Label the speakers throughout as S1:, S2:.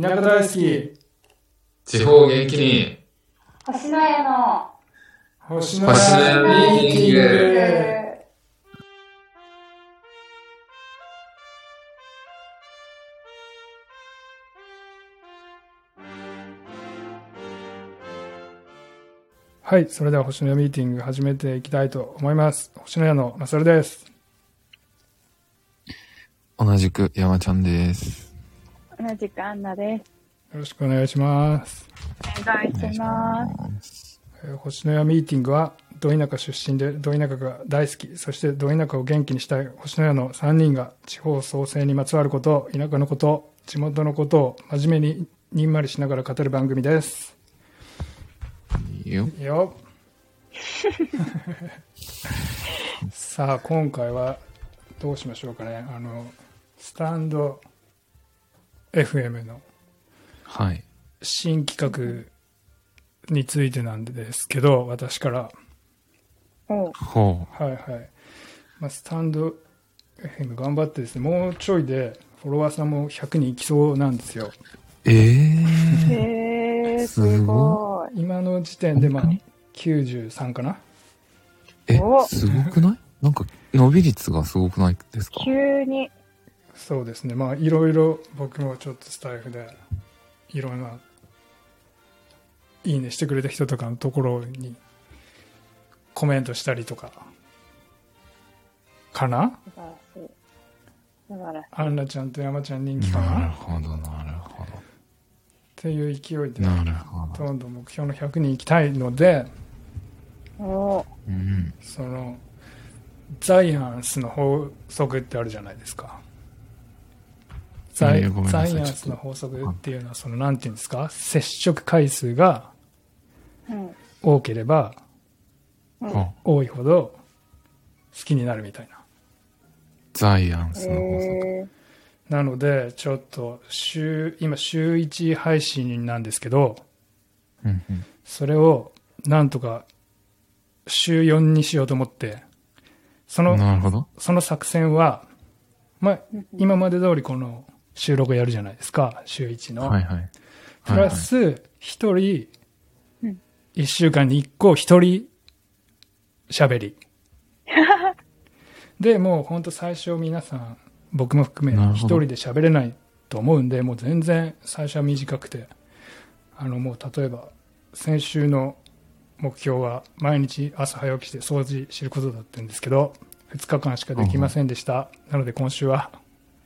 S1: 田舎大好き、
S2: 地方元気に、
S3: 星の家の
S1: 星
S2: 野家ミーティング
S1: はい、それでは星の家ミーティング始めていきたいと思います。星の家のマサルです。
S2: 同じく山ちゃんです。
S3: 同じくアンナです。
S1: よろしくお願いします。
S3: お願いします。
S1: えー星の家ミーティングは、ど田舎出身で、ど田舎が大好き、そしてど田舎を元気にしたい星の家の3人が、地方創生にまつわること、田舎のこと、地元のことを真面目ににんまりしながら語る番組です。
S2: いいよ。
S1: いいよさあ今回はどうしましょうかねあのスタンド FM の
S2: はい。
S1: 新企画についてなんですけど私から
S3: おう
S2: ほ
S1: はいはい、まあ、スタンド FM 頑張ってですねもうちょいでフォロワーさんも100人いきそうなんですよ
S2: う。えー。
S3: へー、
S2: す
S3: す
S2: ごい
S3: ご
S1: 今の時点でまあ
S2: 本
S1: 93かな
S2: え
S3: お、
S2: すごくないなんか、伸び率がすごくないですか
S3: い。急に。
S1: そうですねまあいろいろ僕もちょっとスタイフでいろんないいねしてくれた人とかのところにコメントしたりとかかな
S3: 素晴らしい。素晴らしい。
S1: アンナちゃんと山ちゃん人気かな
S2: な
S1: っ
S2: るほど、なるほ
S1: ていう勢い
S2: ど。
S1: で
S2: なるほど。
S1: どんどん目標の100人行きたいので
S3: お
S2: うん。
S1: そのザイアンスの法則ってあるじゃないですかザイ
S2: えーごめんな
S1: ザ
S2: さい
S1: イアンスの法則っていうのはそのなんていうんですか接触回数が
S3: うん。
S1: 多ければ
S2: あ、
S1: 多いほど好きになるみたいな。
S2: ザイアンスの法則。
S3: へ
S1: なので、ちょっと週、今週1配信なんですけど、
S2: うんうん
S1: それをなんとか週4にしようと思って、その、
S2: なるほど。
S1: その作戦は、まあ、
S3: ー。
S1: 今まで通りこの収録やるじゃないですか、週1の。
S2: はいはい。
S1: プラス、1人、
S3: うん
S1: 1週間に1個、1人、喋 り。で、もう本当最初皆さん、僕も含め、
S2: なる
S1: 1
S2: ほど
S1: 人で喋れないと思うんで、もう全然最初は短くて、あの、もう例えば、先週の目標は、毎日朝早起きして掃除することだったんですけど、2日間しかできませんでした。なので今週は、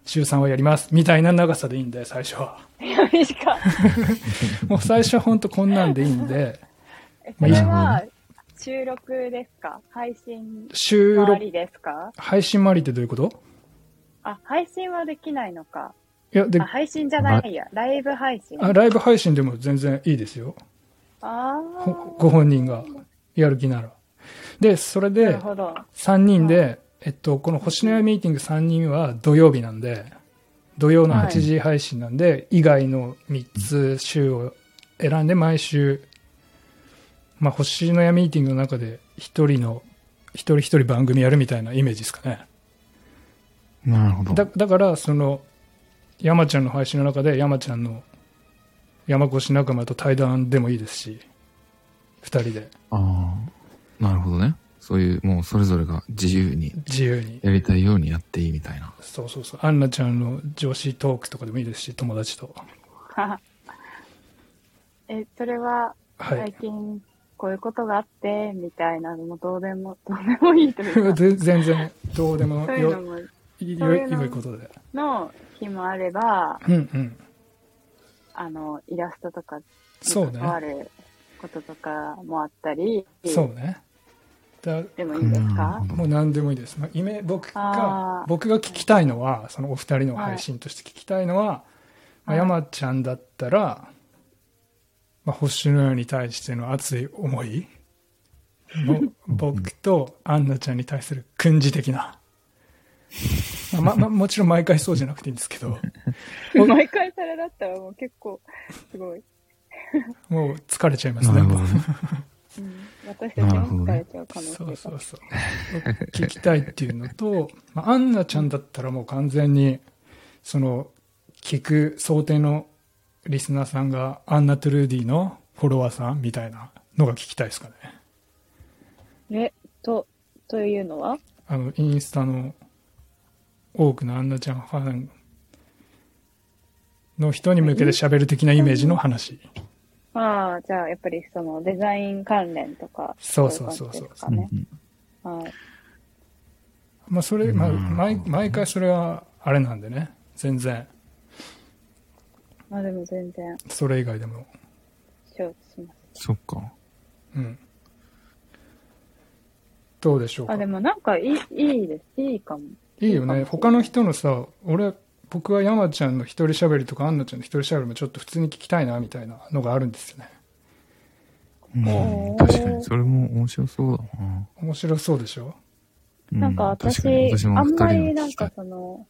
S1: 週3はやります。みたいな長さでいいんで、最初は。
S3: 短い。
S1: もう最初は本当こんなんでいいんで、
S3: えそ
S1: まあいい
S3: れは、収録ですか配信
S1: 収
S3: 周
S1: 録、
S3: りですか
S1: 配信もありってどういうこと
S3: あ、配信はできないのか。
S1: いや、で
S3: あ、、配信じゃないや。ライブ配信。
S1: あライブ配信でも全然いいですよ。
S3: あ
S1: ほ
S3: ー。
S1: ご本人がやる気なら。で、それ
S3: なる
S1: で
S3: ほど。
S1: 3人で、えっと、この星のやミーティング3人は土曜日なんで、土曜の8時配信なんで、以外の3つ週を選んで毎週、まあ、星のやミーティングの中で一人の、一人一人番組やるみたいなイメージですかね。
S2: なるほ
S1: だ
S2: ど。
S1: だからその山ちゃんの配信の中で山ちゃんの山越仲間と対談でもいいですし二人で
S2: ああ。なるほどね。そういう、もうそれぞれが自由に
S1: 自由に
S2: やりたいようにやっていいみたいな。
S1: そうそうそうアンナちゃんの女子トークとかでもいいですし友達と
S3: え、それは、
S1: はい、
S3: 最近こういうことがあってみたいなのもどうでも どうでもいいという か
S1: 全全然どうでも
S3: そういうの
S1: よ
S3: も
S1: い
S3: そういう
S1: よ
S3: のも
S1: よいことで
S3: の日もあれば
S1: うんうん
S3: あのイラストとかに
S1: そう
S3: 関わ
S1: ね
S3: ることとかもあったり
S1: そうねだ
S3: でもいいんです
S2: な
S3: か
S2: るほ
S1: も
S2: ど。
S1: う何でもいいです、まあ、イメ僕が
S3: あー
S1: 僕が聞きたいのはそのお二人の配信として聞きたいのは、まあ、
S3: はい
S1: 山ちゃんだったら、まあ、星のように対しての熱い思い の僕とアンナちゃんに対する訓示的な、まあままもちろん毎回そうじゃなくていいんですけど
S3: 毎回それだったらもう結構すごい、
S1: もう疲れちゃいます
S2: な
S1: ね
S2: るほどね。
S3: うん、私たちも疲れちゃう可能性
S1: そうそ
S3: が
S1: うそう聞きたいっていうのと、まあ、アンナちゃんだったらもう完全にその聞く想定のリスナーさんがアンナ・トゥルーディのフォロワーさんみたいなのが聞きたいですかね。
S3: え、と、というのは
S1: あの、インスタの多くのアンナちゃんファンの人に向けて喋る的なイメージの話。
S3: ああ、じゃあ、やっぱりそのデザイン関連とか。
S1: そうそうそう
S3: い
S1: そう
S3: 感じですかね。
S2: うん
S3: はい。
S1: まあ、それ、まあ、
S2: うん
S1: 毎毎回それはあれなんでね。全然、
S3: まあでも全然、
S1: それ以外でも。
S3: 承知します。
S2: そっか。
S1: うん。どうでしょうか。
S3: あ、でもなんかいい、いいです。いいかも。
S1: いいよね。他の人のさ、俺、僕は山ちゃんの一人喋りとか、アンナちゃんの一人喋りもちょっと普通に聞きたいな、みたいなのがあるんですよね。
S2: も
S3: おー
S2: う、確かに、それも面白そうだな。
S1: 面白そうでしょ
S2: う
S3: なんか私、
S2: 確に私も
S3: あんまり
S2: 二人の聞
S3: なん
S2: きた
S3: か
S2: い
S3: その、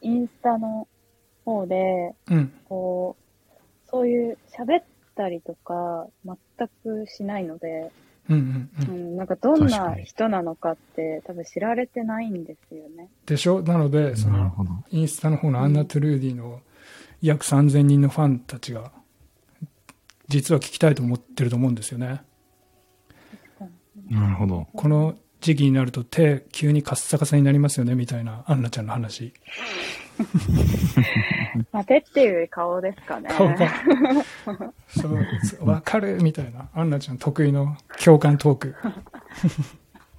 S3: インスタの方で、
S1: うん。
S3: こう、そういう喋ったりとか、全くしないので、
S1: うんうんう。
S3: うんん、なんかどん
S2: 確
S3: な
S2: かに
S3: 人なのかって多分知られてないんですよね。
S1: でしょなので、そ
S2: なる
S1: の、
S2: ほど。
S1: インスタの方のアンナ・トゥルーディの約3000人のファンたちが、実は聞きたいと思ってると思うんですよね。
S2: なるほど。
S1: この時期になると手、急にカッサカサになりますよね、みたいな、アンナちゃんの話。
S3: まあ、手っていうより顔ですかね。
S1: 顔が。そう、そうわかるみたいな。アンナちゃん得意の共感トー ク。
S2: なる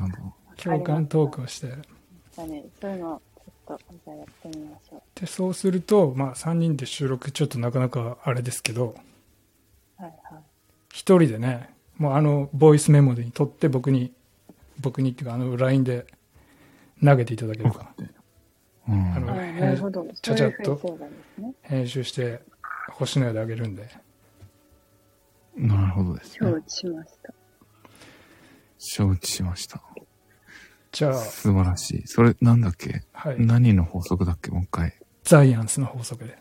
S2: ほど。
S1: 共感トークをして。
S3: だねそういうの、ちょっと、じゃあやってみましょう。
S1: で、そうすると、まあ3人で収録ちょっとなかなかあれですけど、
S3: はいはい。
S1: 1人でね、もうあの、ボイスメモに取って僕に、僕にっていうかあの、LINE で投げていただけるかな。
S2: う
S1: あ
S2: ん
S1: の
S3: あ
S1: へえ
S3: なるほど。
S1: ちゃちゃっと
S3: そういうふうにそうなんですね。
S1: 編集して、星のやであげるんで。
S2: なるほどです、ね
S3: 承。知しました。
S2: 承知しました。
S1: じゃあ、
S2: 素晴らしい。それ、なんだっけ
S1: はい。
S2: 何の法則だっけもう一回。
S1: ザイアンスの法則で。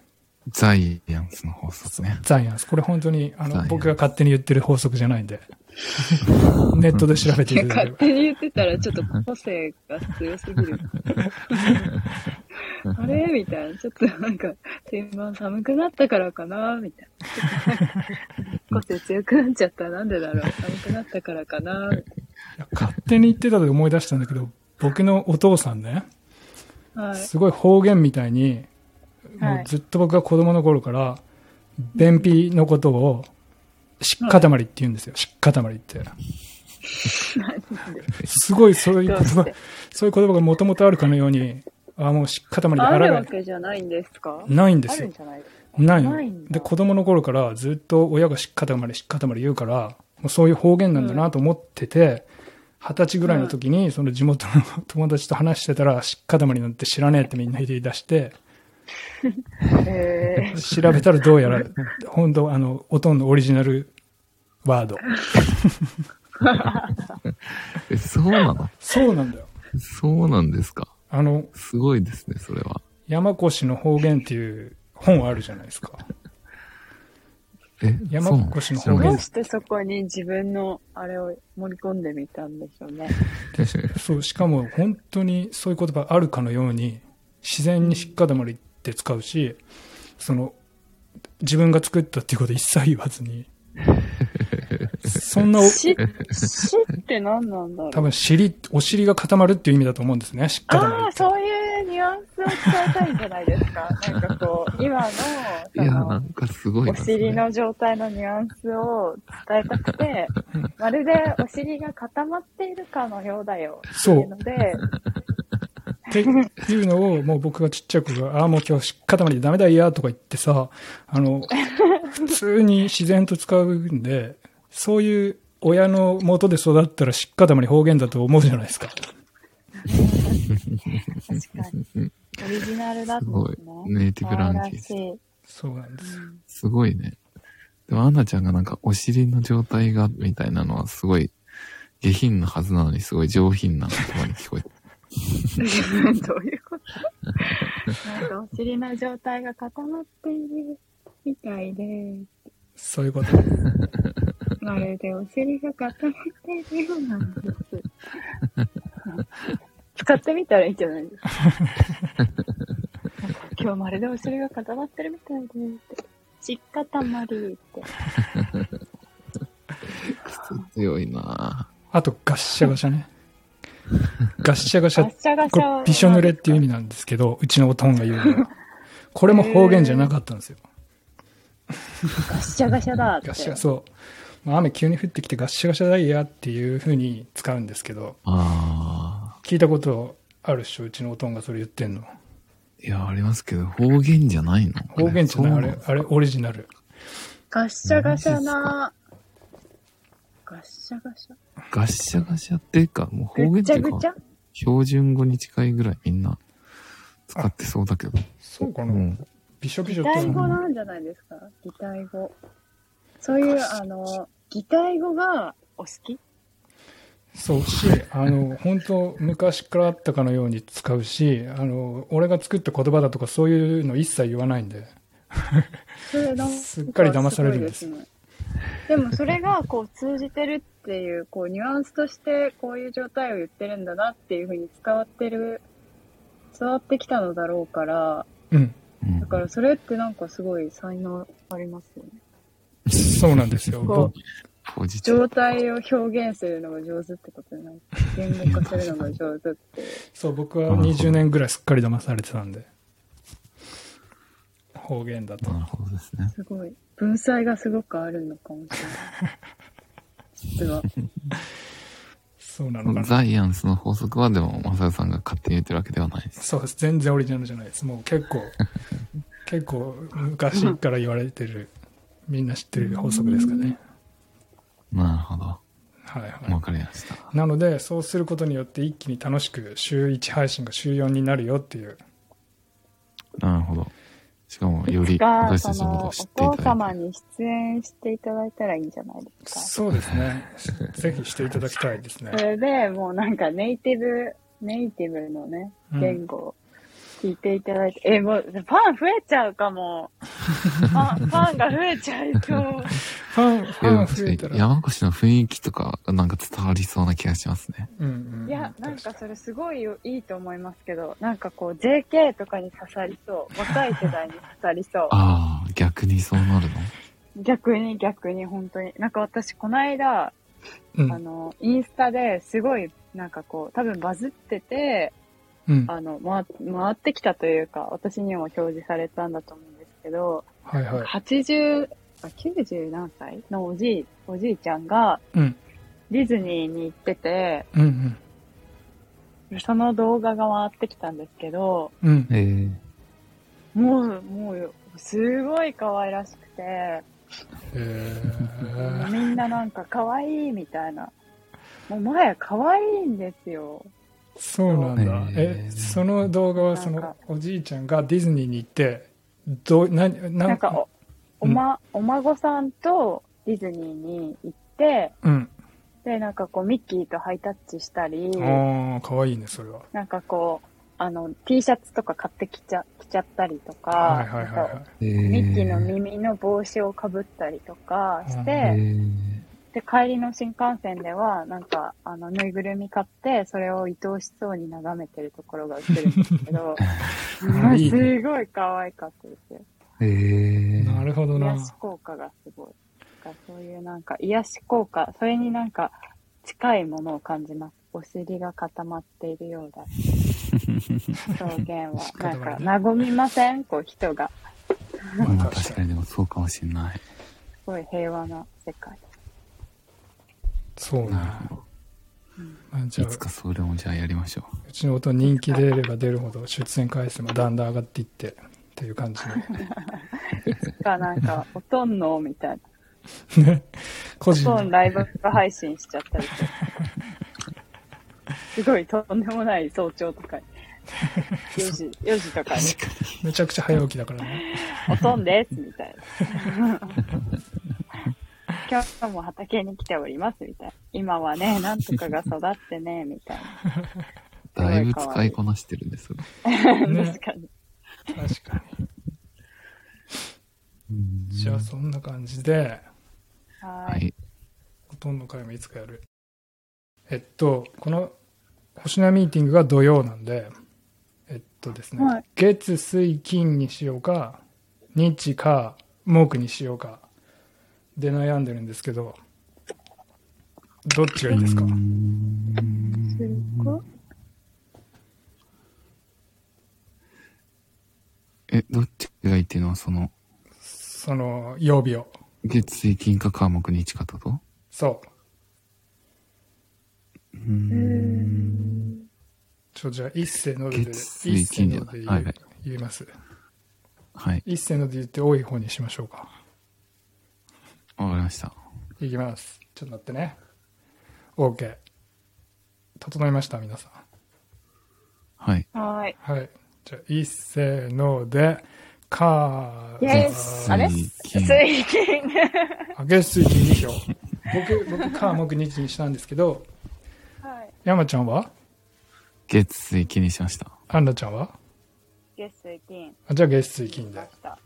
S2: ザイアンスの法則ね。
S1: ザイアンス。これ本当に、あ
S2: ザイア
S1: の、
S2: ンス
S1: 僕が勝手に言ってる法則じゃないんで。 ネットで調べていただけ
S3: 勝
S1: れば。
S3: 手に言ってたらちょっと個性が強すぎ る。あれみたいな。ちょっとなんか、天板寒くなったからかなみたいな。個性強くなっちゃったらなんでだろう寒くなったからかなみ
S1: いや勝手に言ってたと思い出したんだけど、僕のお父さんね、
S3: たいなはい。
S1: すごい方言みたいに、
S3: はい
S1: もうずっと僕が子供の頃から、便秘のことを、しっかたまりって言うんですよ。しっかたまり って。すごいそういう言
S3: どう
S1: 葉
S3: して、
S1: そういう言葉がもともとあるかのように、あもうしっかたまりで
S3: あ
S1: 腹
S3: るわ
S1: が
S3: けじゃないんですか
S1: ないんで
S3: あ
S1: す
S3: る
S1: よ
S3: ん。じゃないですか
S1: ない
S3: ないんだ
S1: で、子供の頃からずっと親がしっかたまりしっかたまり言うから、もうそういう方言なんだなと思ってて、二、十、歳ぐらいの時に、その地元の友達と話してたら、しっかたまりなんて知らねえってみんな言い出して、
S3: へ
S1: 調べたらどうやら、本当あの、おとんのオリジナルワード。
S2: え、そうなの
S1: そうなんだよ。
S2: そうなんですか
S1: あの、
S2: すごいですね、それは。
S1: 山越の方言っていう本あるじゃないですか。
S2: え、
S1: 山
S2: そうな
S1: 越の
S2: 知ら
S1: 方
S2: ない
S3: え。ど
S2: で
S3: う
S2: す
S3: してそこに自分のあれを盛り込んでみたんでしょうね。
S2: 確か
S1: そう、しかも本当にそういう言葉あるかのように、自然にしっかたまりって使うし、その、自分が作ったっていうこと一切言わずに、そんなお、
S3: し、しって何なんだろう
S1: 多分尻、お尻が固まるっていう意味だと思うんですね、しっかたまり
S3: ああ、
S1: って。
S3: そういうニュアンスを伝えたいんじゃないですか。なんかこう、今 の、
S2: に。いや、な
S3: その、
S2: んかすごい
S3: お
S2: な。それ
S3: 尻の状態のニュアンスを伝えたくて、まるでお尻が固まっているかのようだよ。
S1: そう
S3: っていうので、
S1: っていうのを、もう僕がちっちゃい頃が、ああ、もう今日しっかたまりでダメだいや、とか言ってさ、あの、普通に自然と使うんで、そういう親の元で育ったらしっかたまり方言だと思うじゃないですか。
S3: 確かに。オリジナルだった
S2: す
S3: ん
S2: ご
S3: で
S2: い
S3: すね。。
S2: ネイティブラン
S3: 可愛
S2: キ
S3: ら
S2: ー
S3: し
S2: ズ。
S3: い。
S1: そうなんですよ。
S2: すごいね。でも、アンナちゃんがなんか、お尻の状態が、みたいなのは、すごい、下品なはずなのに、すごい上品な言葉に聞こえて。
S3: どういう ことなんかお尻の状態が固まっているみたいで、
S1: そういうこと。
S3: まるでお尻が固まっているようなんです。使ってみたらいいんじゃないですか。今日まるでお尻が固まってるみたいで、って。しっかたまりって。
S2: 強い な
S1: あと、ガッシャガシ ャね。ガッシャガシ
S3: ガ
S1: ャ
S3: ッ、シャガシ
S1: これ
S3: ャ。、
S1: びしょ濡れっていう意味なんですけど、うちのおとんが言うのは。これも方言じゃなかったんですよ。
S3: ガッシャガシャだって。
S1: ガッシャ、そう。まあ雨急に降ってきてガッシャガシャダイヤっていう風に使うんですけど、
S2: ああ
S1: 聞いたことあるっしょ、うちのおとんがそれ言ってんの。
S2: ー。いや、ありますけど、方言じゃないの
S1: 方言じゃない、あ
S2: そう
S1: れ
S2: の、
S1: あれ、オリジナル。
S3: ガッシャガシャな。ガッシャガシャ。
S2: ガッシャガシャっていうか、もう方言
S3: ぐっ
S2: っ
S3: ち
S2: てい
S3: ゃ
S2: う
S3: ぐち
S2: か
S3: ゃ、
S2: 標準語に近いぐらいみんな使ってそうだけど。
S1: そうか
S2: う
S1: な、
S2: ん。
S1: びしょびしょ
S3: 擬
S1: って
S3: 態語なんじゃないですか擬態語。そういう、あの、擬態語がお好き
S1: そうし、あの、本当昔からあったかのように使うし、あの、俺が作った言葉だとかそういうの一切言わないんで。
S3: それなん
S1: すっかり騙されるんです
S3: ごいですね。でもそれがこう通じてるっていう、こうニュアンスとしてこういう状態を言ってるんだなっていうふうに伝わってる、伝わってきたのだろうから、
S1: うん。
S2: うん
S3: だからそれってなんかすごい才能ありますよね。
S1: そうなんですよ。
S3: こう、
S2: ポジティブ。
S3: 状態を表現するのが上手ってことじゃない言語化するのが上手って。
S1: そう、僕は20年ぐらいすっかり騙されてたんで。方言だと
S2: な。るほどですね。
S3: すごい。文才がすごくあるのかもしれない。実は。
S1: そうなのかな。
S2: ザイアンスの法則はでも、マサヤさんが勝手に言ってるわけではないです。
S1: そうです。全然オリジナルじゃないです。もう結 構、結構昔から言われてる、みんな知ってる法則ですかね。
S2: なるほど。
S1: はいはい。
S2: わかりました。
S1: なので、そうすることによって一気に楽しく週1配信が週4になるよっていう。
S2: なるほど。しかも、より
S3: が、
S2: 私
S3: そ
S2: たちのこと
S3: の、
S2: を
S3: お
S2: 知ってい
S3: 父
S2: ただ
S3: 様
S2: いて。
S3: に出演していただいたらいいんじゃないですか。
S1: そうです ね。ぜひしていただきたいですね
S3: そ。れでもうなんかネイティブ、ネイティブのね、
S1: うん
S3: 言語を聞いていただいて、え、もうファン増えちゃう かも。ファン、ファンが増えちゃいそう。
S1: ファン、ファン増えた
S2: いや
S1: ら。
S2: 山越の雰囲気とか、なんか伝わりそうな気がしますね。
S1: うんうんうん
S3: いや、なんかそれすごいよいいと思いますけど、なんかこう JK とかに刺さりそう。若い世代に刺さりそう。
S2: ああ、逆にそうなるの
S3: 逆に逆に本当に。なんか私この間、
S1: う
S3: あ
S1: ん。
S3: の、インスタですごいなんかこう、多分バズってて、
S1: うん。
S3: あの、回回ってきたというか、私にも表示されたんだと思うんですけど、
S1: はいはい。
S3: 80あ、90何歳のおじい、おじいちゃんが
S1: うん。
S3: ディズニーに行ってて、
S1: うんうん。
S3: その動画が回ってきたんですけど、
S1: うん。
S2: ええ
S3: もう、もう、すごい可愛らしくて、
S1: え
S3: みんななんか可愛いみたいな。もうもはや可愛いんですよ。
S1: ー、そうなんだ。
S2: えー
S1: え、その動画はそ
S3: なん
S1: の
S3: か
S1: おじいちゃんがディズニーに行って、どう、な、
S3: な
S1: なん
S3: かお、おま、お孫さんとディズニーに行って、
S1: うん。
S3: で、なんかこう、ミッキーとハイタッチしたり、
S1: ああ、かわいいね、それは。
S3: なんかこう、あの、T シャツとか買ってきちゃ、きちゃったりとか、
S1: はいはいはい
S3: なんか
S1: は
S2: え
S3: ミッキーの耳の帽子をかぶったりとかして、
S2: え
S3: で、帰りの新幹線では、なんか、あの、ぬいぐるみ買って、それを愛おしそうに眺めてるところが映るんですけど、
S1: あ いいね
S3: すごい可愛かったですよ。
S2: ええ
S1: い。なるほどな
S3: 癒。し効果がすごい。なんかそういうなんか癒し効果、それになんか近いものを感じます。お尻が固まっているようだ。
S1: 固ま
S3: 表現は。な
S1: る
S3: んか和みませんこう人が。
S2: まあ確かにでもそうかもしれない。
S3: すごい平和な世界。
S1: そうね。
S2: なるほ
S1: まあじゃ
S2: ど。いつ
S1: あ、
S2: かそれもじゃあやりましょ。
S1: うちの音人気出れば出るほど出演回数もだんだん上がっていって、っていう感じ
S3: がなんか、おとんのみたいな。
S1: で。ね。個
S3: お
S1: 人
S3: とん
S1: の
S3: ライブ配信しちゃった りとか。すごいとんでもない早朝とか に。4時、4時とかに。
S1: めちゃくちゃ早起きだからね。
S3: おとんです、みたい な。今日も畑に来ております、みたいな。今は ね、なんとかが育ってね、みたいう
S2: だいぶ使いこなしてるんですよ。
S3: な。
S1: ね
S3: 確かに。
S1: 確かに。
S2: うん
S1: じゃあ、そんな感じで、
S3: は。
S2: はいい。
S1: ほとんど回もいつかやる。えっと、この星名ミーティングが土曜なんで、えっとですね、
S3: はい
S1: 月、水、金にしようか、日、火、木にしようか、で悩んでるんですけど、どっちがいいですか
S3: すごい。
S2: え、どっちがいいっていうのはその、
S1: その、曜日を。
S2: 月水金火火木日かとと
S1: そう。
S2: うーん。
S1: ちょ、じゃあ、一世ので、
S2: 月
S1: 一
S2: 水
S1: 世
S2: 金
S1: ので言,、
S2: はいはい
S1: 言います。
S2: はい。
S1: 一世ので言って多い方にしましょうか。
S2: わかりました。
S1: いきます。ちょっと待ってね。OK。整いました、皆さん。
S2: はい。
S3: はい。
S1: はい。じゃあ、いっせーので、か
S3: イ
S1: ー
S3: ェ
S2: 月
S3: イあれ
S2: 水金
S3: 水金。
S1: あ、月水金2票。僕、僕、か木日にしたんですけど、
S3: はい。
S1: 山ちゃんは
S2: 月水金にしました。
S1: アンナちゃんは
S3: 月水金。
S1: あじゃあ、月水金で
S3: ま。した
S2: や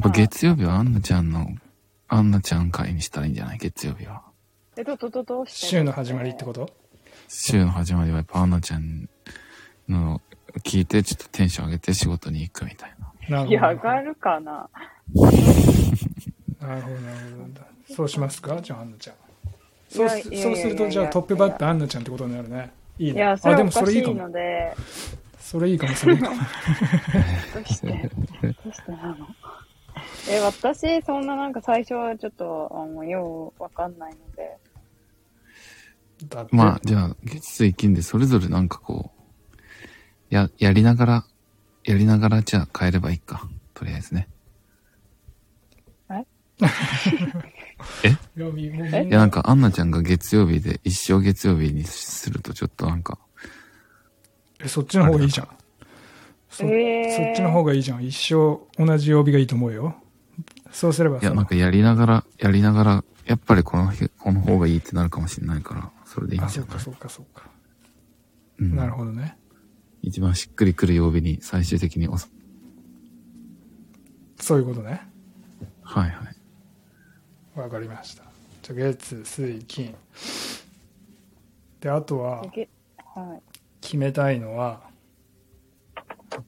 S2: っぱ月曜日はアンナちゃんの、アンナちゃん会にしたらいいんじゃない月曜日は。
S3: え、ど、ど、ど、どうして
S1: 週の始まりってこと
S2: 週の始まりはやっぱアンナちゃんの聞いてちょっとテンション上げて仕事に行くみたいな。
S1: なる
S3: いや、
S1: ほ
S3: 上がるかな
S1: ど。なるほど、なるほど。そうしますかじゃあ、アンナちゃん。
S3: い
S1: そう
S3: や
S1: す
S3: いやいや
S1: そうする
S3: い
S1: と、
S3: や
S1: じゃあ、トップバッターアンナちゃんってことになるね。いい
S3: い
S1: ね。
S3: や、そ
S1: あ、
S3: れ
S1: で
S3: お
S1: もそ
S3: か
S1: れ
S3: し
S1: いいか
S3: い
S1: も
S3: の。で、
S1: それいいかも、それいいかも。
S3: どうして、どうしてなのえ、私、そんななんか最初はちょっと、あの、ようわかんないので、
S1: だって、
S2: まあ、じゃあ月水金でそれぞれなんかこう、や、やりながら、やりながらじゃあ変えればいいか。とりあえずね。
S1: いやみもうみん
S2: いやなんかアンナちゃんが月曜日で一生月曜日にするとちょっとなんか、
S1: えそっちの方がいいじゃんそ,、
S3: えー
S1: そっちの方がいいじゃん一生同じ曜日がいいと思うよそうすれば
S2: いや、
S1: そ
S2: な
S1: の
S2: んかやりながら、やりながら、やっぱりこの日、この方がいいってなるかもしれないから、それでいいん
S1: あ
S2: じ
S1: そ
S2: ゃ
S1: う
S2: ない
S1: かそうかそうか、
S2: うん
S1: なるほどね
S2: 一番しっくりくる曜日に最終的におさ、
S1: そういうことね
S2: はいはい。
S1: わかりましたじゃあ月水金であとは
S3: げはい。
S1: 決めたいのは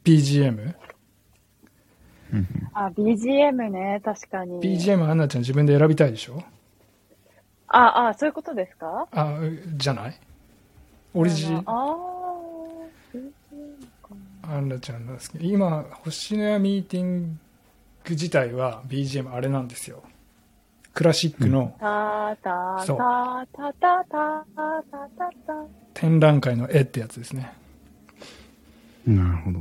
S1: BGM
S3: あ、BGM ね、確かに。
S1: BGM アンナちゃん自分で選びたいでしょ
S3: あ、あ、そういうことですか
S1: あじゃないオリジ
S3: あのあー、
S1: アンナちゃんなんですけど今星のやミーティング自体は BGM あれなんですよクラシックの
S3: たた
S1: そう
S3: たたたたたたたた。
S1: 展覧会の絵ってやつですね
S2: なるほど。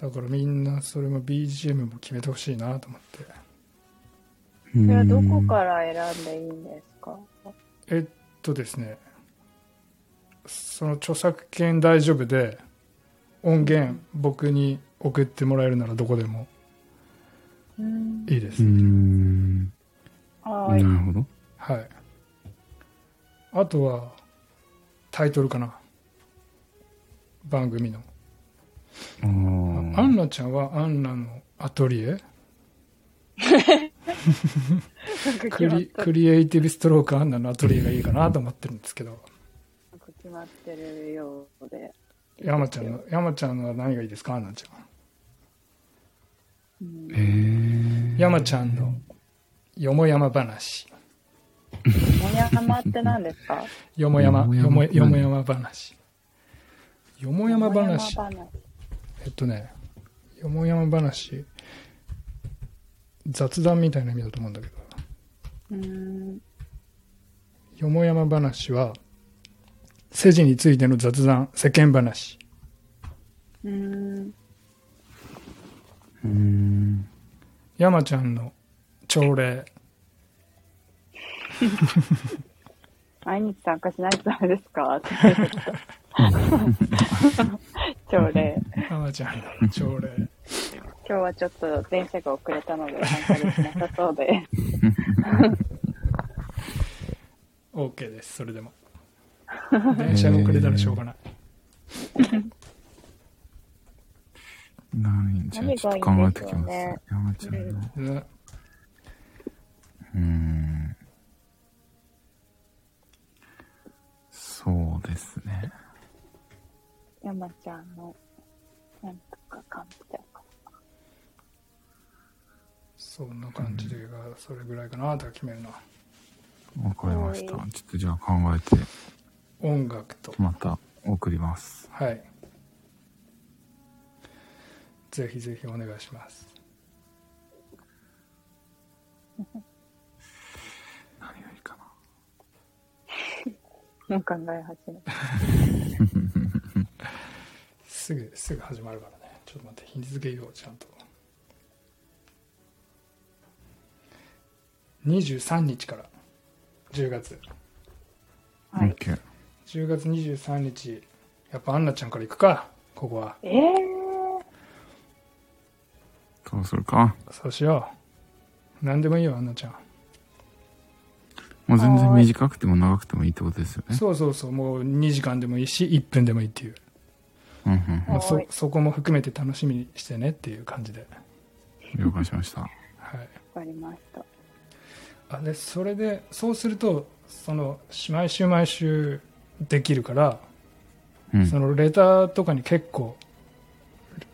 S1: だからみんなそれも BGM も決めてほしいなと思って
S2: そ
S3: それはどこから選んでいいんですか
S1: えっとですねその著作権大丈夫で音源僕に送ってもらえるならどこでも
S3: うん。
S1: いいです、
S2: うーん。
S3: は
S2: ないる。ほど。
S1: はいあとはタイトルかな番組の
S2: あー
S1: アンナちゃんはアンナのアトリエ
S3: なんか
S1: ク
S3: 決まっ
S1: リクリエイティブストロークアンナのアトリエがいいかなと思ってるんですけど
S3: なんか決まってるようで。
S1: 山ちゃんの山ちゃんは何がいいですかアンナちゃん
S3: うん
S2: へー
S1: 山ちゃんのよもやま話
S3: もやまって何ですか
S1: よもやまよ
S2: よも
S1: も
S2: や
S1: よ
S2: ま
S1: もやま話よもやま
S3: もや
S1: 話
S3: ま話
S1: えっとねよもやま話雑談みたいな意味だと思うんだけど
S3: うん。
S1: よもやま話は世事についての雑談世間話
S3: うん。
S2: うーん。
S1: 山ちゃんの朝礼
S3: 毎日参加しないとダメですかって朝礼。
S1: 山ちゃんの朝礼
S3: 今日はちょっと電車が遅れたので参加できなさそうで
S1: OK ですそれでも電車が遅れたらしょうがない
S2: 何じゃあちょっと考えてきます。山ちゃんの。
S1: ね
S2: うーん。そうですね。
S3: あ山ちゃんの、なんとかかんとか。
S1: そんな感じでが、それぐらいかなとは決めるな。
S2: わかりました。ちょ
S3: は
S2: っとじゃあ考えて、
S1: 音楽と、
S2: また送ります。
S1: はい。ぜひぜひお願いします。
S2: 何よりかな。
S3: もう考え始めた。
S1: すぐ、すぐ始まるからね。ちょっと待って、日付よ、ちゃんと。23日から、10月。
S3: はい
S2: OK。
S1: 10月23日、やっぱアンナちゃんから行くか、ここは。
S3: ええ
S2: どうするか。
S1: そうしよう。何でもいいよ、アンナちゃん。
S2: もう全然短くても長くてもいいってことですよね。
S1: そうそうそう、もう2時間でもいいし、1分でもいいっていう。
S2: うんうん
S1: もうそ
S3: はい
S1: そこも含めて楽しみにしてねっていう感じで。
S2: うん。了解しました。
S1: はい。
S3: わかりました。
S1: あで、それで、そうすると、その、毎週毎週できるから、
S2: うん。
S1: そのレターとかに結構、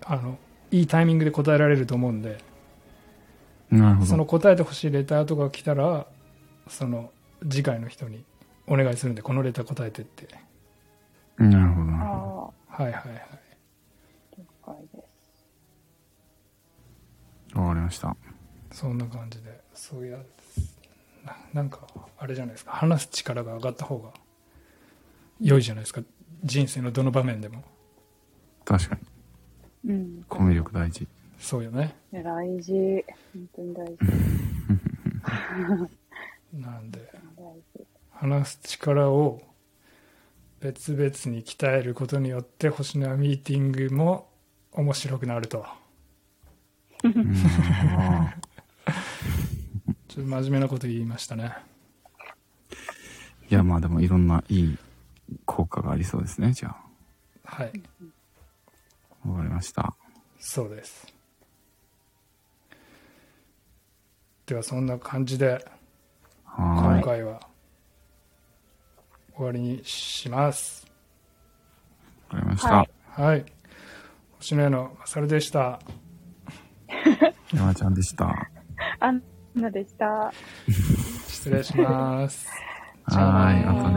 S1: あの、いいタイミングで答えられると思うんで、
S2: なるほ
S1: そ
S2: ど。
S1: の答えてほしいレターとかが来たら、その、次回の人にお願いするんで、このレター答えてって。
S2: なるほどな
S3: あ
S2: るほ
S3: あ、
S1: はいはいはい。
S3: 了解です。
S2: ど。わかりました。
S1: そんな感じで、そういうやつななんか、あれじゃないですか、話す力が上がった方が良いじゃないですか、人生のどの場面でも。
S2: 確かに。
S3: うん。
S2: コミュ力大事。
S1: そうよね。
S3: いや大事。本当に大事。
S1: なんで、
S3: 大事。
S1: 話す力を別々に鍛えることによって、星のやミーティングも面白くなると。
S2: うん。ああ
S1: ちょっと真面目なこと言いましたね。
S2: いや、まあでもいろんないい効果がありそうですね。じゃあ。
S1: はい、
S2: わかりました。
S1: そうです。では、そんな感じで、
S2: は
S1: 今
S2: ーい。
S1: 回は終わりにします。
S2: わかりました。
S3: はい
S1: はい。星野家のマサルでした。
S2: 山ちゃんでした。
S3: あんなでした。
S1: 失礼します。
S2: はーい。またね